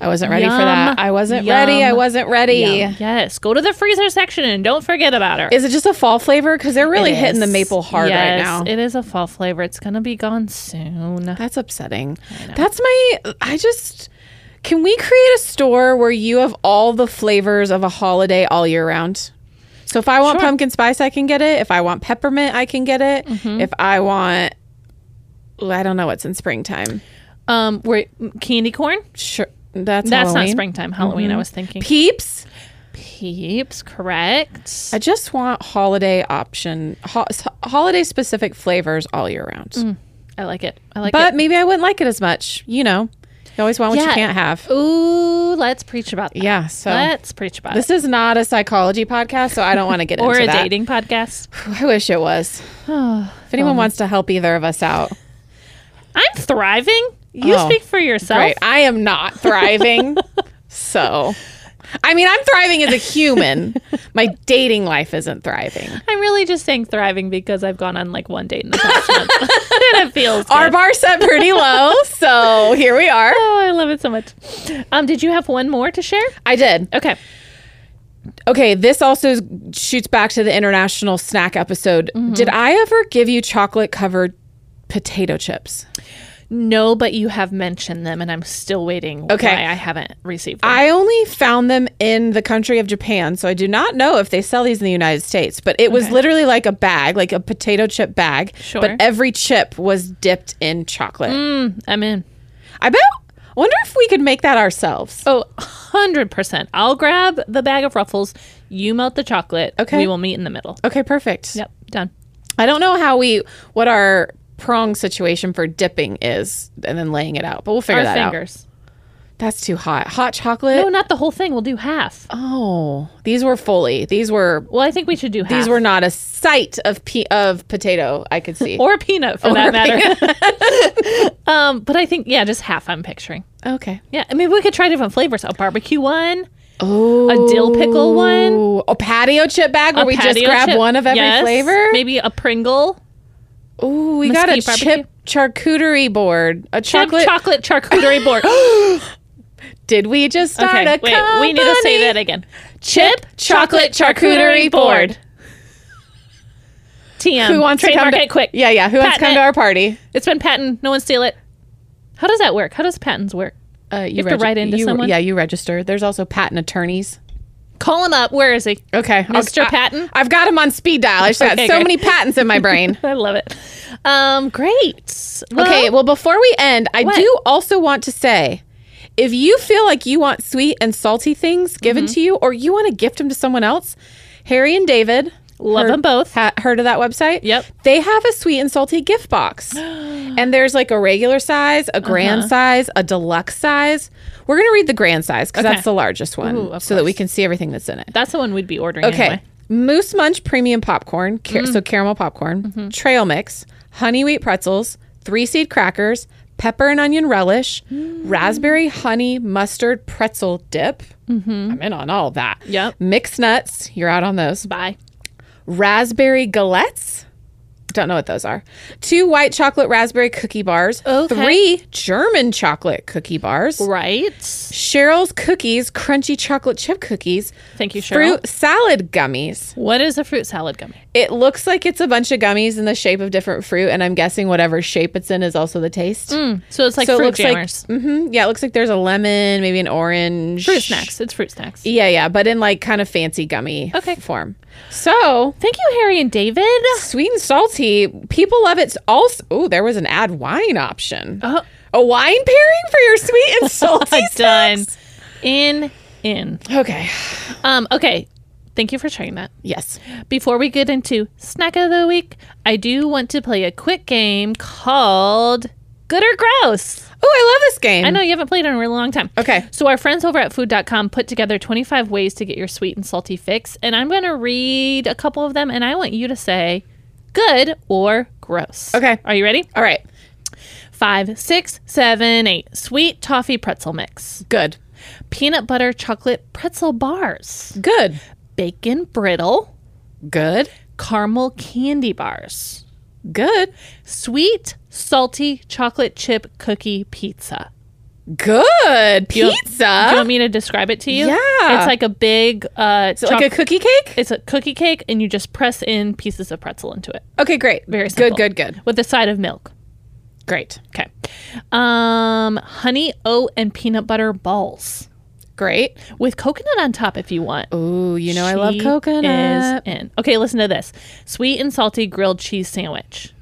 [SPEAKER 2] I wasn't ready for
[SPEAKER 1] Yum.
[SPEAKER 2] that. I wasn't ready. I
[SPEAKER 1] Yum.
[SPEAKER 2] wasn't ready.
[SPEAKER 1] Yum. Yes. Go to the freezer section and don't forget about her.
[SPEAKER 2] Is it just a fall flavor? Because they're really
[SPEAKER 1] It
[SPEAKER 2] hitting the
[SPEAKER 1] is.
[SPEAKER 2] maple hard right
[SPEAKER 1] Yes,
[SPEAKER 2] now.
[SPEAKER 1] It is a fall flavor. It's gonna be gone soon.
[SPEAKER 2] That's upsetting. That's my. I just. Can we create a store where you have all the flavors of a holiday all year round? So if I want
[SPEAKER 1] Sure.
[SPEAKER 2] pumpkin spice, I can get it. If I want peppermint, I can get it.
[SPEAKER 1] Mm-hmm.
[SPEAKER 2] If I want, Ooh, I don't know what's in springtime.
[SPEAKER 1] Um, where candy corn?
[SPEAKER 2] Sure, that's
[SPEAKER 1] That's not
[SPEAKER 2] Halloween.
[SPEAKER 1] springtime. Halloween. I was thinking
[SPEAKER 2] Peeps.
[SPEAKER 1] peeps. Correct.
[SPEAKER 2] I just want holiday option, ho- holiday specific flavors all year round.
[SPEAKER 1] Mm. I like it. I like
[SPEAKER 2] But
[SPEAKER 1] it.
[SPEAKER 2] maybe I wouldn't like it as much. You know, you always want what you
[SPEAKER 1] Yeah.
[SPEAKER 2] can't have.
[SPEAKER 1] Ooh, let's preach about that.
[SPEAKER 2] Yeah. So
[SPEAKER 1] Let's preach about
[SPEAKER 2] This
[SPEAKER 1] it.
[SPEAKER 2] is not a psychology podcast, so I don't want to
[SPEAKER 1] *laughs*
[SPEAKER 2] get
[SPEAKER 1] Or
[SPEAKER 2] into
[SPEAKER 1] a
[SPEAKER 2] that.
[SPEAKER 1] dating
[SPEAKER 2] *sighs*
[SPEAKER 1] Oh. podcast.
[SPEAKER 2] *laughs* I wish it was. If anyone wants to help either of us out,
[SPEAKER 1] I'm thriving. You
[SPEAKER 2] Oh,
[SPEAKER 1] speak for yourself.
[SPEAKER 2] right? I am
[SPEAKER 1] *laughs*
[SPEAKER 2] not thriving. so, I mean, I'm thriving as a
[SPEAKER 1] *laughs*
[SPEAKER 2] human. My dating life isn't thriving.
[SPEAKER 1] I'm really just saying thriving because I've gone on like one date in the past
[SPEAKER 2] *laughs*
[SPEAKER 1] month. *laughs* and it feels good.
[SPEAKER 2] Our bar set pretty low, so here we are.
[SPEAKER 1] Oh, I love it so much. Um, did you have one more to share?
[SPEAKER 2] I did.
[SPEAKER 1] Okay.
[SPEAKER 2] Okay, this also shoots back to the international snack episode.
[SPEAKER 1] Mm-hmm.
[SPEAKER 2] Did I ever give you chocolate covered potato chips?
[SPEAKER 1] No, but you have mentioned them, and I'm still waiting.
[SPEAKER 2] Okay.
[SPEAKER 1] why I haven't received them.
[SPEAKER 2] I only found them in the country of Japan, so I do not know if they sell these in the United States. But it was literally like a bag, like a potato chip bag.
[SPEAKER 1] Sure.
[SPEAKER 2] But every chip was dipped in chocolate.
[SPEAKER 1] Mm, I'm in.
[SPEAKER 2] I bet. I wonder if we could make that ourselves.
[SPEAKER 1] Oh, 100%. I'll grab the bag of ruffles. You melt the chocolate.
[SPEAKER 2] Okay.
[SPEAKER 1] We will meet in the middle.
[SPEAKER 2] Okay, perfect.
[SPEAKER 1] Yep. Done.
[SPEAKER 2] I don't know how we what our prong situation for dipping is, and then laying it out. But we'll figure
[SPEAKER 1] Our
[SPEAKER 2] that out.
[SPEAKER 1] fingers.
[SPEAKER 2] That's too hot. Hot chocolate.
[SPEAKER 1] No, not the whole thing. We'll do half.
[SPEAKER 2] Oh, these were fully. These were.
[SPEAKER 1] Well, I think we should do half.
[SPEAKER 2] These were not a sight of pe- of potato I could see.
[SPEAKER 1] or a peanut
[SPEAKER 2] *laughs*
[SPEAKER 1] for
[SPEAKER 2] a
[SPEAKER 1] that matter. *laughs* um, but I think yeah, just half. I'm picturing.
[SPEAKER 2] okay.
[SPEAKER 1] Yeah, I mean we could try different flavors. A barbecue one.
[SPEAKER 2] Oh,
[SPEAKER 1] A dill pickle one?
[SPEAKER 2] A patio chip bag where
[SPEAKER 1] a
[SPEAKER 2] we just
[SPEAKER 1] patio
[SPEAKER 2] grab
[SPEAKER 1] chip.
[SPEAKER 2] one of every
[SPEAKER 1] Yes.
[SPEAKER 2] flavor.
[SPEAKER 1] Maybe a Pringle.
[SPEAKER 2] Ooh, we got a
[SPEAKER 1] Mesquite
[SPEAKER 2] chip charcuterie board. A
[SPEAKER 1] Chip
[SPEAKER 2] chocolate.
[SPEAKER 1] chocolate charcuterie
[SPEAKER 2] *gasps*
[SPEAKER 1] board.
[SPEAKER 2] Did we just start
[SPEAKER 1] okay,
[SPEAKER 2] a
[SPEAKER 1] wait. We need to say
[SPEAKER 2] company?
[SPEAKER 1] that again. Chip
[SPEAKER 2] chocolate charcuterie board.
[SPEAKER 1] TM.
[SPEAKER 2] Who wants to
[SPEAKER 1] um, Trademark
[SPEAKER 2] come to
[SPEAKER 1] it quick?
[SPEAKER 2] Yeah, yeah. Who wants
[SPEAKER 1] Patent
[SPEAKER 2] to come
[SPEAKER 1] it.
[SPEAKER 2] to our party?
[SPEAKER 1] It's been patent. No one steal it. How does that work? How does patents work?
[SPEAKER 2] Uh, you,
[SPEAKER 1] have to write into
[SPEAKER 2] you-
[SPEAKER 1] someone?
[SPEAKER 2] Yeah, you register. There's also patent attorneys.
[SPEAKER 1] Call him up. Where is he?
[SPEAKER 2] Okay, I'll-
[SPEAKER 1] Mr.
[SPEAKER 2] I-
[SPEAKER 1] Patton?
[SPEAKER 2] I've got him on speed dial. I just got
[SPEAKER 1] Okay,
[SPEAKER 2] so
[SPEAKER 1] great.
[SPEAKER 2] many patents in
[SPEAKER 1] *laughs*
[SPEAKER 2] my brain.
[SPEAKER 1] I love it. Um, great. Well,
[SPEAKER 2] Okay, well, before we end, I
[SPEAKER 1] What?
[SPEAKER 2] do also want to say if you feel like you want sweet and salty things given
[SPEAKER 1] Mm-hmm.
[SPEAKER 2] to you or you want to gift them to someone else, Harry and David.
[SPEAKER 1] Love
[SPEAKER 2] heard-
[SPEAKER 1] them both.
[SPEAKER 2] Ha- heard of that website?
[SPEAKER 1] Yep.
[SPEAKER 2] They have a sweet and salty gift
[SPEAKER 1] *gasps*
[SPEAKER 2] box. and there's like a regular size, a grand
[SPEAKER 1] Uh-huh.
[SPEAKER 2] size, a deluxe size. We're going to read the grand size because
[SPEAKER 1] Okay.
[SPEAKER 2] that's the largest one so
[SPEAKER 1] of
[SPEAKER 2] that we can see everything that's in it.
[SPEAKER 1] That's the one we'd be ordering.
[SPEAKER 2] Okay.
[SPEAKER 1] Anyway. Mm-hmm.
[SPEAKER 2] Moose Munch premium popcorn, car- so caramel popcorn, trail mix, honey wheat pretzels, three seed crackers, pepper and onion relish,
[SPEAKER 1] Mm.
[SPEAKER 2] raspberry honey mustard pretzel dip. I'm in on all of that.
[SPEAKER 1] Mm-hmm. Yep.
[SPEAKER 2] Mixed nuts, you're out on those.
[SPEAKER 1] Bye.
[SPEAKER 2] Raspberry galettes. Don't know what those are. Two white chocolate raspberry cookie bars.
[SPEAKER 1] Okay.
[SPEAKER 2] Three German chocolate cookie bars.
[SPEAKER 1] Right.
[SPEAKER 2] Cheryl's cookies, crunchy chocolate chip cookies.
[SPEAKER 1] Thank you, Cheryl.
[SPEAKER 2] Fruit salad gummies.
[SPEAKER 1] What is a fruit salad gummy?
[SPEAKER 2] It looks like it's a bunch of gummies in the shape of different fruit, and I'm guessing whatever shape it's in is also the taste.
[SPEAKER 1] Hmm. So it's Mm, like
[SPEAKER 2] So it
[SPEAKER 1] fruit
[SPEAKER 2] looks
[SPEAKER 1] jammers.
[SPEAKER 2] like, hmm yeah, it looks like there's a lemon, maybe an orange.
[SPEAKER 1] fruit snacks. It's fruit snacks.
[SPEAKER 2] Yeah, yeah, but in like kind of fancy gummy
[SPEAKER 1] Okay.
[SPEAKER 2] form. So
[SPEAKER 1] Thank you, Harry and David.
[SPEAKER 2] sweet and salty, people love it. Also, oh, there was an add wine option.
[SPEAKER 1] *laughs* Oh.
[SPEAKER 2] A wine pairing for your sweet
[SPEAKER 1] *laughs*
[SPEAKER 2] and salty.
[SPEAKER 1] Done.
[SPEAKER 2] snacks?
[SPEAKER 1] In, in.
[SPEAKER 2] Okay.
[SPEAKER 1] Um, okay. Thank you for sharing that.
[SPEAKER 2] Yes.
[SPEAKER 1] Before we get into snack of the week, I do want to play a quick game called Good or Gross.
[SPEAKER 2] Oh, I love this game.
[SPEAKER 1] I know you haven't played it in a really long time.
[SPEAKER 2] Okay.
[SPEAKER 1] So our friends over at food.com put together 25 ways to get your sweet and salty fix, and I'm going to read a couple of them and I want you to say good or gross.
[SPEAKER 2] Okay.
[SPEAKER 1] Are you ready?
[SPEAKER 2] All right.
[SPEAKER 1] Five, six, seven, eight. Sweet toffee pretzel mix.
[SPEAKER 2] Good.
[SPEAKER 1] Peanut butter chocolate pretzel bars.
[SPEAKER 2] Good.
[SPEAKER 1] Bacon brittle.
[SPEAKER 2] Good.
[SPEAKER 1] Caramel candy bars.
[SPEAKER 2] Good.
[SPEAKER 1] Sweet, salty chocolate chip cookie pizza.
[SPEAKER 2] Good.
[SPEAKER 1] Do you-
[SPEAKER 2] Pizza.
[SPEAKER 1] Do you want me to describe it to you?
[SPEAKER 2] Yeah.
[SPEAKER 1] It's like a big uh
[SPEAKER 2] Is it like a
[SPEAKER 1] choc-
[SPEAKER 2] cookie cake?
[SPEAKER 1] it's a cookie cake and you just press in pieces of pretzel into it
[SPEAKER 2] Okay, great.
[SPEAKER 1] Very simple.
[SPEAKER 2] good, good, good.
[SPEAKER 1] with a side of milk.
[SPEAKER 2] Great.
[SPEAKER 1] Okay. Um honey oat and peanut butter balls
[SPEAKER 2] Great.
[SPEAKER 1] with coconut on top if you want.
[SPEAKER 2] Ooh, you know I love
[SPEAKER 1] She
[SPEAKER 2] coconut.
[SPEAKER 1] Is in. Okay, listen to this. Sweet and salty grilled cheese sandwich.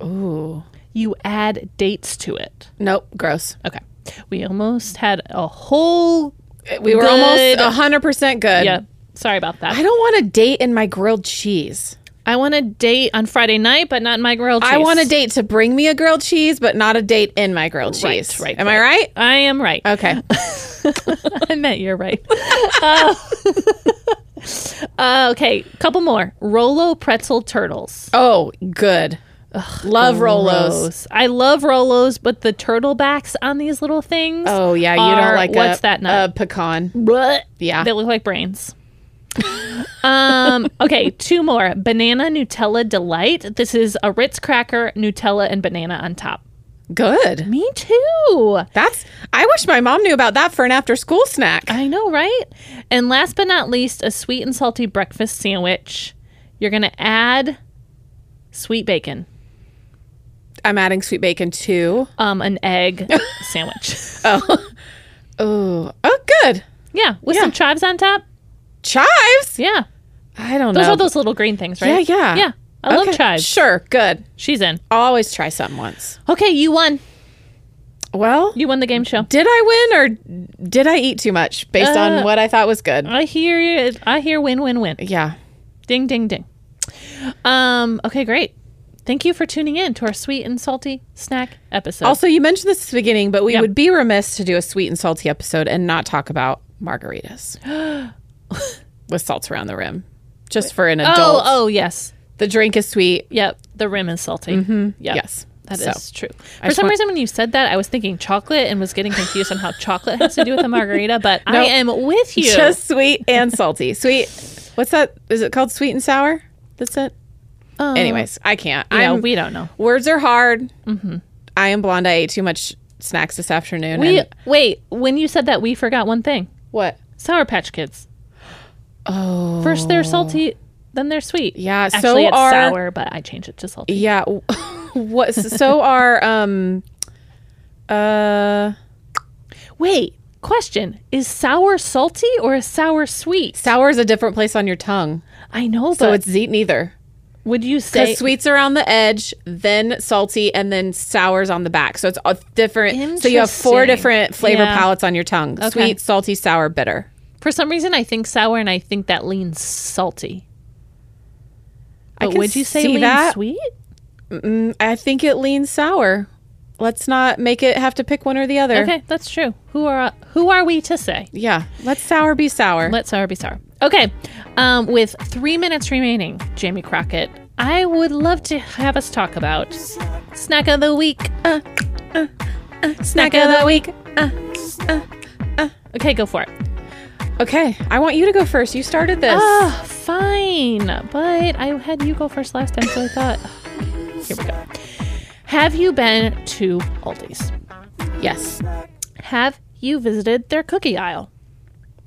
[SPEAKER 2] Ooh.
[SPEAKER 1] You add dates to it.
[SPEAKER 2] Nope, gross.
[SPEAKER 1] Okay. We almost had a whole
[SPEAKER 2] We were
[SPEAKER 1] Good.
[SPEAKER 2] almost almost 100% good.
[SPEAKER 1] Yeah. Sorry about that.
[SPEAKER 2] I don't want a date in my grilled cheese.
[SPEAKER 1] I want a date on Friday night, but not in my grilled cheese.
[SPEAKER 2] I want a date to bring me a grilled cheese, but not a date in my grilled
[SPEAKER 1] Right,
[SPEAKER 2] cheese.
[SPEAKER 1] right,
[SPEAKER 2] Am I right?
[SPEAKER 1] I am right.
[SPEAKER 2] *laughs* Okay.
[SPEAKER 1] *laughs* I meant you're right. Uh, *laughs* uh, okay, couple more. Rolo pretzel turtles.
[SPEAKER 2] Oh, good. Love Rolos.
[SPEAKER 1] Rolos. I love Rolos, but the turtle backs on these little things.
[SPEAKER 2] Oh yeah, you
[SPEAKER 1] are-
[SPEAKER 2] don't like
[SPEAKER 1] what's
[SPEAKER 2] a,
[SPEAKER 1] that nut?
[SPEAKER 2] A pecan.
[SPEAKER 1] Blech.
[SPEAKER 2] Yeah.
[SPEAKER 1] They look like brains. *laughs* um, okay, two more. Banana Nutella delight. This is a Ritz cracker, Nutella, and banana on top.
[SPEAKER 2] Good.
[SPEAKER 1] Me too.
[SPEAKER 2] That's. I wish my mom knew about that for an after-school snack.
[SPEAKER 1] I know, right? And last but not least, a sweet and salty breakfast sandwich. You're going to add sweet bacon,
[SPEAKER 2] I'm adding sweet bacon too.
[SPEAKER 1] um, an
[SPEAKER 2] *laughs*
[SPEAKER 1] egg sandwich.
[SPEAKER 2] Oh. Oh, good.
[SPEAKER 1] Yeah, with some chives on top.
[SPEAKER 2] Chives.
[SPEAKER 1] Yeah.
[SPEAKER 2] I don't
[SPEAKER 1] Those
[SPEAKER 2] know.
[SPEAKER 1] are those little green things, right?
[SPEAKER 2] Yeah, yeah.
[SPEAKER 1] Yeah. I love
[SPEAKER 2] Okay,
[SPEAKER 1] chives.
[SPEAKER 2] Sure. Good.
[SPEAKER 1] She's in.
[SPEAKER 2] I'll always try something once.
[SPEAKER 1] Okay, you won.
[SPEAKER 2] Well,
[SPEAKER 1] You won the game show.
[SPEAKER 2] did I win or did I eat too much based
[SPEAKER 1] Uh,
[SPEAKER 2] on what I thought was good?
[SPEAKER 1] I hear you. I hear win, win, win.
[SPEAKER 2] yeah.
[SPEAKER 1] Ding, ding, ding. Um. Okay, great. Thank you for tuning in to our sweet and salty snack episode.
[SPEAKER 2] Also, you mentioned this at the beginning, but we
[SPEAKER 1] Yeah.
[SPEAKER 2] would be remiss to do a sweet and salty episode and not talk about
[SPEAKER 1] *gasps*
[SPEAKER 2] margaritas with salts around the rim, just for an adult.
[SPEAKER 1] oh, oh, yes.
[SPEAKER 2] The drink is sweet.
[SPEAKER 1] Yep. The rim is salty. Mm-hmm. Yep.
[SPEAKER 2] Yes.
[SPEAKER 1] That is
[SPEAKER 2] So,
[SPEAKER 1] true. For
[SPEAKER 2] just
[SPEAKER 1] some
[SPEAKER 2] want-
[SPEAKER 1] reason, when you said that, I was thinking chocolate and was getting confused on how chocolate has to do with a margarita. *laughs* But I am with you.
[SPEAKER 2] Just sweet and salty. Sweet. What's that? Is it called sweet and sour? That's it.
[SPEAKER 1] Oh.
[SPEAKER 2] Anyways, I can't.
[SPEAKER 1] yeah,
[SPEAKER 2] I'm,
[SPEAKER 1] we don't know.
[SPEAKER 2] words are hard. I am blonde. I ate too much snacks this afternoon.
[SPEAKER 1] Mm-hmm. We
[SPEAKER 2] and-
[SPEAKER 1] wait. When you said that, we forgot one thing:
[SPEAKER 2] what?
[SPEAKER 1] Sour Patch Kids.
[SPEAKER 2] Oh,
[SPEAKER 1] First they're salty, then they're sweet.
[SPEAKER 2] yeah.
[SPEAKER 1] Actually,
[SPEAKER 2] so
[SPEAKER 1] it's
[SPEAKER 2] are
[SPEAKER 1] sour, but I changed it to salty.
[SPEAKER 2] Yeah. w- *laughs* what? So are um. Uh,
[SPEAKER 1] Wait, question: Is sour salty or is sour sweet?
[SPEAKER 2] sour is a different place on your tongue,
[SPEAKER 1] I know,
[SPEAKER 2] so
[SPEAKER 1] but
[SPEAKER 2] it's z- neither.
[SPEAKER 1] would you
[SPEAKER 2] Because
[SPEAKER 1] say
[SPEAKER 2] sweets are on the edge, then salty, and then sours on the back. So it's a different. So you have four
[SPEAKER 1] Interesting.
[SPEAKER 2] different flavor
[SPEAKER 1] Yeah.
[SPEAKER 2] palettes on your tongue: sweet, salty, sour, bitter.
[SPEAKER 1] for some reason I think sour and I think that leans salty?
[SPEAKER 2] I
[SPEAKER 1] But
[SPEAKER 2] can
[SPEAKER 1] would you say
[SPEAKER 2] see
[SPEAKER 1] leans
[SPEAKER 2] that.
[SPEAKER 1] sweet?
[SPEAKER 2] I think it leans sour. Let's not make it have to pick one or the other.
[SPEAKER 1] Okay, that's true. Who are who are we to say?
[SPEAKER 2] Yeah. Let's sour be sour.
[SPEAKER 1] Let sour be sour. Okay, um, with three minutes remaining, Jamie Crockett, I would love to have us talk about snack of the week. Uh,
[SPEAKER 2] Snack of the week.
[SPEAKER 1] uh, Okay, go for it.
[SPEAKER 2] Okay. I want you to go first. You started this.
[SPEAKER 1] Ah, fine. But I had you go first last time, so I thought. Here we go. Have you been to Aldi's?
[SPEAKER 2] yes.
[SPEAKER 1] Have you visited their cookie aisle?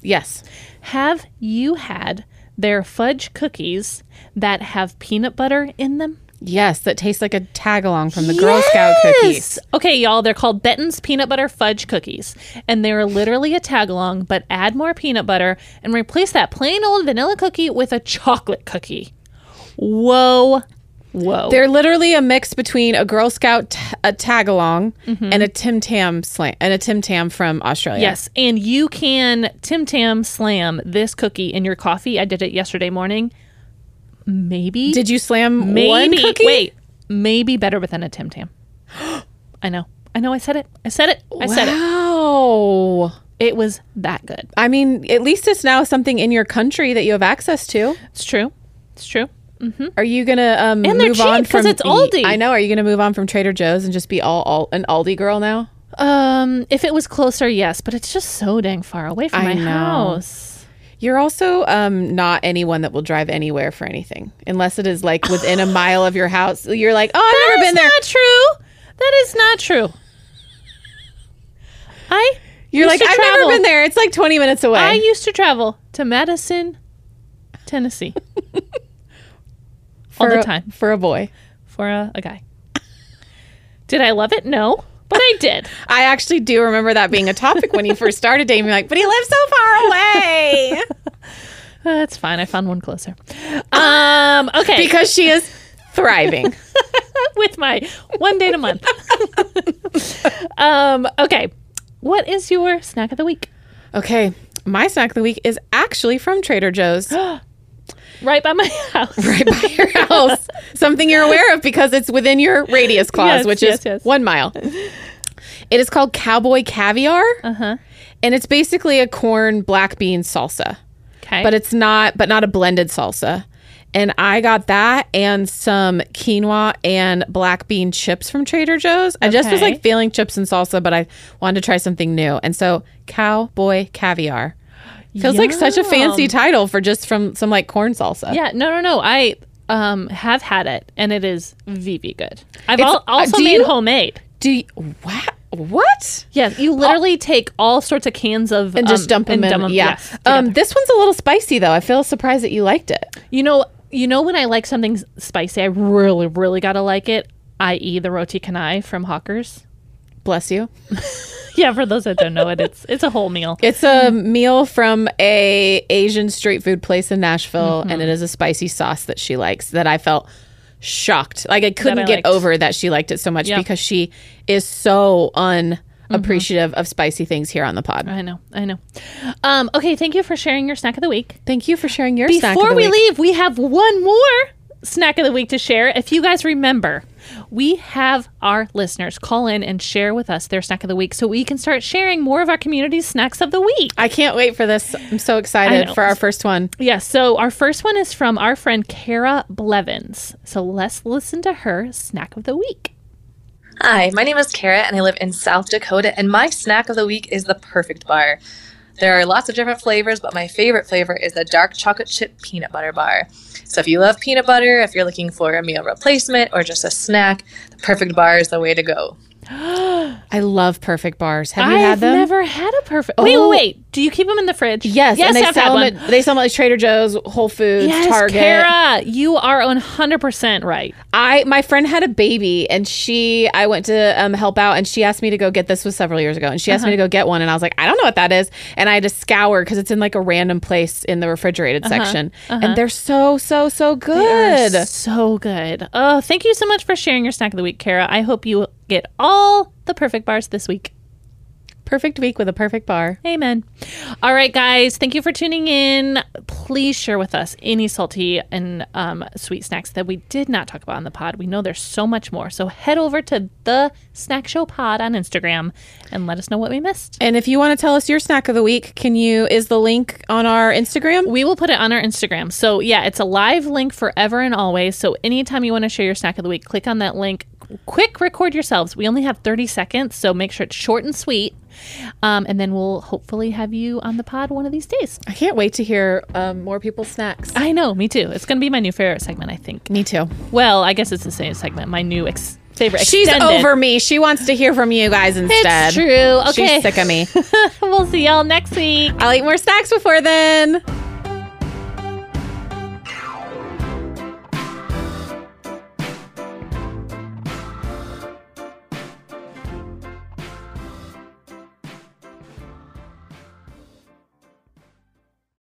[SPEAKER 2] Yes.
[SPEAKER 1] Have you had their fudge cookies that have peanut butter in them?
[SPEAKER 2] Yes, that tastes like a tag along from the Girl Scout cookies.
[SPEAKER 1] Yes! Okay, y'all, they're called Benton's Peanut Butter Fudge Cookies. And they're literally a tag along, but add more peanut butter and replace that plain old vanilla cookie with a chocolate cookie. Whoa. Whoa.
[SPEAKER 2] They're literally a mix between a Girl Scout t- a tag along and a Tim Tam slam and a Tim Tam from Australia.
[SPEAKER 1] Mm-hmm. Yes, and you can Tim Tam slam this cookie in your coffee. I did it yesterday morning. Maybe
[SPEAKER 2] Did you slam
[SPEAKER 1] maybe
[SPEAKER 2] one cookie?
[SPEAKER 1] wait, maybe better with than a Tim Tam. *gasps* I know, I know. I said it. I said it. I said it.
[SPEAKER 2] Wow.
[SPEAKER 1] It was that good.
[SPEAKER 2] I mean, at least it's now something in your country that you have access to.
[SPEAKER 1] It's true. It's true.
[SPEAKER 2] Are you gonna um,
[SPEAKER 1] Mm. And they're
[SPEAKER 2] move on
[SPEAKER 1] cheap 'cause
[SPEAKER 2] from
[SPEAKER 1] it's Aldi.
[SPEAKER 2] I know. Are you gonna move on from Trader Joe's and just be all, all an Aldi girl now?
[SPEAKER 1] Um, if it was closer, yes, but it's just so dang far away from my
[SPEAKER 2] I know.
[SPEAKER 1] house.
[SPEAKER 2] You're also um, not anyone that will drive anywhere for anything, unless it is like
[SPEAKER 1] *sighs*
[SPEAKER 2] within a mile of your house. You're like, oh, I've
[SPEAKER 1] That
[SPEAKER 2] never
[SPEAKER 1] is
[SPEAKER 2] been there.
[SPEAKER 1] not true. That is not true. I used
[SPEAKER 2] You're like,
[SPEAKER 1] to
[SPEAKER 2] I've
[SPEAKER 1] travel.
[SPEAKER 2] never been there. It's like 20 minutes away.
[SPEAKER 1] I used to travel to Madison, Tennessee, all
[SPEAKER 2] for
[SPEAKER 1] the
[SPEAKER 2] a-
[SPEAKER 1] time
[SPEAKER 2] for a boy.
[SPEAKER 1] for a, a guy. Did I love it? No, but I *laughs* did.
[SPEAKER 2] I actually do remember that being a
[SPEAKER 1] *laughs*
[SPEAKER 2] topic when you first started dating. You're like, but he lives so far away
[SPEAKER 1] Uh, it's fine. I found one closer. Um. Okay. *laughs*
[SPEAKER 2] because she is thriving.
[SPEAKER 1] with my one date a *laughs* month. um. Okay. What is your snack of the week?
[SPEAKER 2] Okay, my snack of the week is actually from Trader Joe's.
[SPEAKER 1] Right by my *laughs* house.
[SPEAKER 2] right *laughs* by your house. Something you're aware of because it's within your radius clause,
[SPEAKER 1] Yes,
[SPEAKER 2] which
[SPEAKER 1] yes,
[SPEAKER 2] is
[SPEAKER 1] yes.
[SPEAKER 2] one mile. It is called cowboy caviar,
[SPEAKER 1] Uh huh.
[SPEAKER 2] and it's basically a corn black bean salsa,
[SPEAKER 1] Okay.
[SPEAKER 2] but it's not, but not a blended salsa. And I got that and some quinoa and black bean chips from Trader Joe's. I just was
[SPEAKER 1] Okay.
[SPEAKER 2] like feeling chips and salsa, but I wanted to try something new. And so cowboy caviar feels like such a fancy title for just from some like corn salsa.
[SPEAKER 1] Yeah, no, no, no. I um have had it, and it is VV good. I've al-
[SPEAKER 2] uh,
[SPEAKER 1] also
[SPEAKER 2] do
[SPEAKER 1] made
[SPEAKER 2] you-
[SPEAKER 1] homemade.
[SPEAKER 2] Do you, what? What?
[SPEAKER 1] Yes, you literally take all sorts of cans of
[SPEAKER 2] and just dump 'em dump them in. yeah.
[SPEAKER 1] yes,
[SPEAKER 2] um, this one's a little spicy though. I feel surprised that you liked it.
[SPEAKER 1] you know, you know when I like something s- spicy, I really, really gotta like it. I.e., the roti canai from Hawkers.
[SPEAKER 2] Bless you.
[SPEAKER 1] *laughs* Yeah, for those that don't know it, it's it's a whole meal.
[SPEAKER 2] It's a
[SPEAKER 1] Mm-hmm.
[SPEAKER 2] meal from a Asian street food place in Nashville,
[SPEAKER 1] Mm-hmm.
[SPEAKER 2] and it is a spicy sauce that she likes. That I felt shocked. Like I couldn't
[SPEAKER 1] I
[SPEAKER 2] get
[SPEAKER 1] liked.
[SPEAKER 2] over that she liked it so much
[SPEAKER 1] Yeah. Mm-hmm.
[SPEAKER 2] because she is so unappreciative of spicy things here on the pod.
[SPEAKER 1] I know, I know. Um, okay, thank you for sharing your snack of the week.
[SPEAKER 2] Thank you for sharing your snack of
[SPEAKER 1] Before
[SPEAKER 2] the
[SPEAKER 1] we
[SPEAKER 2] week.
[SPEAKER 1] leave, we have one more snack of the week to share. If you guys remember, we have our listeners call in and share with us their snack of the week so we can start sharing more of our community's snacks of the week.
[SPEAKER 2] I can't wait for this. I'm so
[SPEAKER 1] know.
[SPEAKER 2] excited for our first one.
[SPEAKER 1] Yeah, so our first one is from our friend Kara Blevins. So let's listen to her snack of the week.
[SPEAKER 3] Hi, my name is Kara and I live in South Dakota and my snack of the week is the perfect bar. There are lots of different flavors, but my favorite flavor is the dark chocolate chip peanut butter bar. So if you love peanut butter, if you're looking for a meal replacement or just a snack, the perfect bar is the way to go.
[SPEAKER 2] I love perfect bars. Have you
[SPEAKER 1] I've
[SPEAKER 2] had them?
[SPEAKER 1] never had a perfect. Wait, wait,
[SPEAKER 2] Oh.
[SPEAKER 1] wait. Do you keep them in the fridge?
[SPEAKER 2] Yes,
[SPEAKER 1] yes,
[SPEAKER 2] and they
[SPEAKER 1] I've had
[SPEAKER 2] sell
[SPEAKER 1] one.
[SPEAKER 2] them. At, they sell them at like Trader Joe's, Whole Foods,
[SPEAKER 1] yes,
[SPEAKER 2] Target.
[SPEAKER 1] Kara, you are 100% right.
[SPEAKER 2] I my friend had a baby, and she I went to um, help out, and she asked me to go get this was several years ago, and she asked me to go get one, and I was like, I don't know what that is, and I had to scour because it's in like a random place in the refrigerated section, and they're so so so good.
[SPEAKER 1] So good. Oh, thank you so much for sharing your snack of the week, Kara. I hope you get all the perfect bars this week.
[SPEAKER 2] Perfect week with a perfect bar.
[SPEAKER 1] Amen. All right, guys. Thank you for tuning in. Please share with us any salty and um, sweet snacks that we did not talk about on the pod. We know there's so much more. So head over to the Snack Show Pod on Instagram and let us know what we missed.
[SPEAKER 2] And if you want to tell us your snack of the week, can you is the link on our Instagram?
[SPEAKER 1] We will put it on our Instagram. So, yeah, it's a live link forever and always. So, anytime you want to share your snack of the week, click on that link. Quick record yourselves. We only have 30 seconds, so make sure it's short and sweet. Um, and then we'll hopefully have you on the pod one of these days.
[SPEAKER 2] I can't wait to hear um, more people's snacks.
[SPEAKER 1] I know, me too. It's going to be my new favorite segment, I think.
[SPEAKER 2] me too.
[SPEAKER 1] Well, I guess it's the same segment. My new ex- favorite.
[SPEAKER 2] She's
[SPEAKER 1] extended.
[SPEAKER 2] over me. She wants to hear from you guys
[SPEAKER 1] It's
[SPEAKER 2] instead.
[SPEAKER 1] true. Okay. *laughs*
[SPEAKER 2] She's sick of me.
[SPEAKER 1] we'll see y'all next week.
[SPEAKER 2] I'll eat more snacks before then.